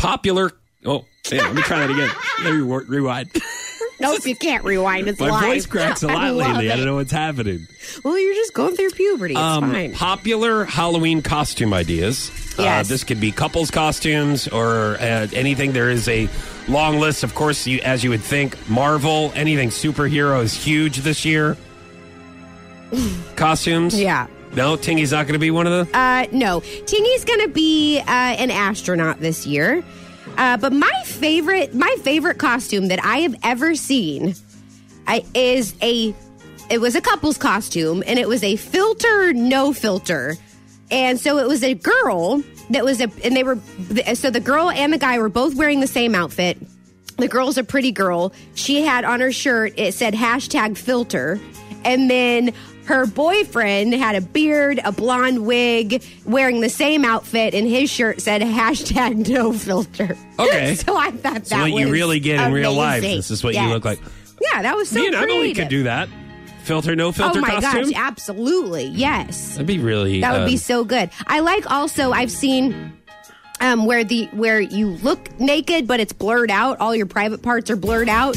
popular. Oh, yeah, let me try that again. Let me re- rewind. Nope, you can't rewind. It's My live. voice cracks a lot love lately. I it. don't Um, know what's happening. Well, you're just going through puberty. It's fine. popular Halloween costume ideas. Yes. Uh, this could be couples costumes or uh, anything. There is a long list, of course, you, as you would think. Marvel, anything superhero is huge this year. costumes? Yeah. No, Tingy's not going to be one of the. Uh, no, Tingy's gonna be uh, an astronaut this year. Uh, but my favorite, my favorite costume that I have ever seen, I, is a. It was a couple's costume, and it was a filter, no filter, and so it was a girl that was a, and they were, so the girl and the guy were both wearing the same outfit. The girl's a pretty girl. She had on her shirt it said hashtag filter, and then her boyfriend had a beard, a blonde wig, wearing the same outfit, and his shirt said hashtag no filter. Okay. so I thought that So what was you really get in real life, amazing. this is what you Yes. look like. Yeah, that was so Me and Emily creative. could do that. Filter, no filter oh my costume. gosh, absolutely, yes. That'd be really. That would uh, be so good. I like also I've seen um where the where you look naked but it's blurred out, all your private parts are blurred out.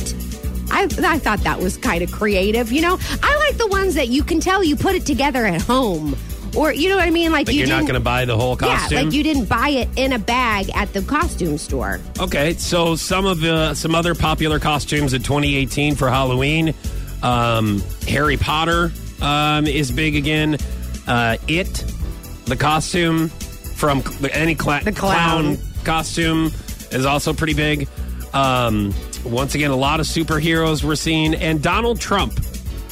I I thought that was kind of creative, you know. I like the ones that you can tell you put it together at home. Or you know what I mean? Like But you you're not didn't going to buy the whole costume. Yeah, like you didn't buy it in a bag at the costume store. Okay, so some of the some other popular costumes in 2018 for Halloween, um, Harry Potter um, is big again. Uh, it, the costume from cl- any cla- The clown. costume is also pretty big. Um, once again, a lot of superheroes we're seeing, and Donald Trump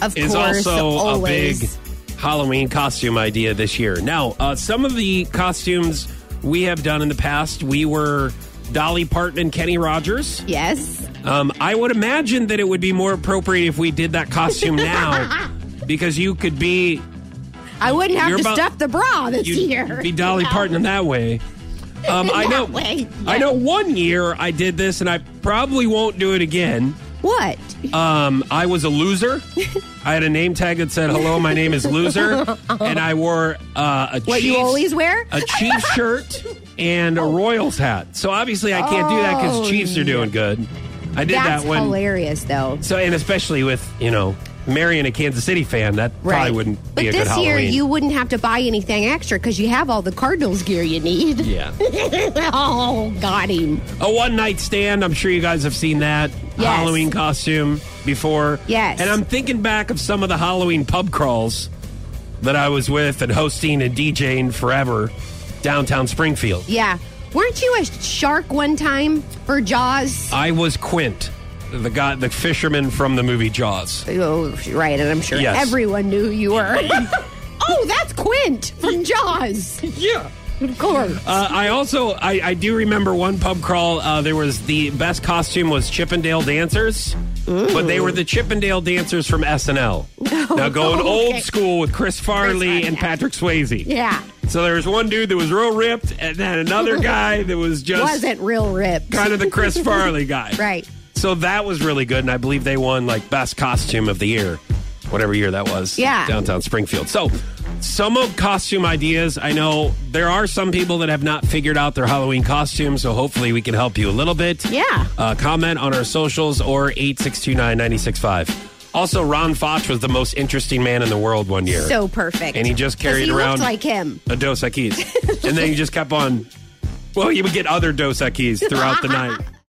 Of is course, also always. a big Halloween costume idea this year. Now, uh, some of the costumes we have done in the past, we were Dolly Parton and Kenny Rogers. Yes. Um, I would imagine that it would be more appropriate if we did that costume now because you could be I wouldn't have You're to about- stuff the bra this year. you'd be Dolly you know? Parton in that way. Um, I that know. way, I yeah. know. One year I did this, and I probably won't do it again. What? Um, I was a loser. I had a name tag that said "Hello, my name is Loser," and I wore uh, a Uh-huh. What you Chiefs- always wear? a Chiefs shirt and a Royals hat. So obviously, I can't do that because Oh, Chiefs are doing good. I did That's that when hilarious though. so, and especially with you know marrying a Kansas City fan, that probably wouldn't but be a this good year Halloween. you wouldn't have to buy anything extra because you have all the Cardinals gear you need. yeah, oh, got him. a one night stand. I'm sure you guys have seen that Yes. Halloween costume before. Yes. and I'm thinking back of some of the Halloween pub crawls that I was with and hosting and DJing forever downtown Springfield. Yeah. Weren't you a shark one time for Jaws? I was Quint, the guy, the fisherman from the movie Jaws. Oh, right, and I'm sure Uh, Yes. everyone knew you were. oh, that's Quint from Jaws. Yeah. Of course. Uh, I also I, I do remember one pub crawl. Uh, there was the best costume was Chippendale dancers, but they were the Chippendale dancers from SNL. Now going Oh, Okay. old school with Chris Farley Farley, and yeah. Patrick Swayze. yeah. So there was one dude that was real ripped, and then another guy that was just Wasn't real ripped. kind of the Chris Farley guy. Right. So that was really good, and I believe they won like best costume of the year, whatever year that was. Yeah. Downtown Springfield. So some of costume ideas. I know there are some people that have not figured out their Halloween costume, so hopefully we can help you a little bit. Yeah. Uh, comment on our socials or 8629965. Also, Ron Foch was the most interesting man in the world one year. So perfect. and he just 'Cause carried he around looked like him. a Dos Equis. and then he just kept on. Well, he would get other Dos Equis throughout the night.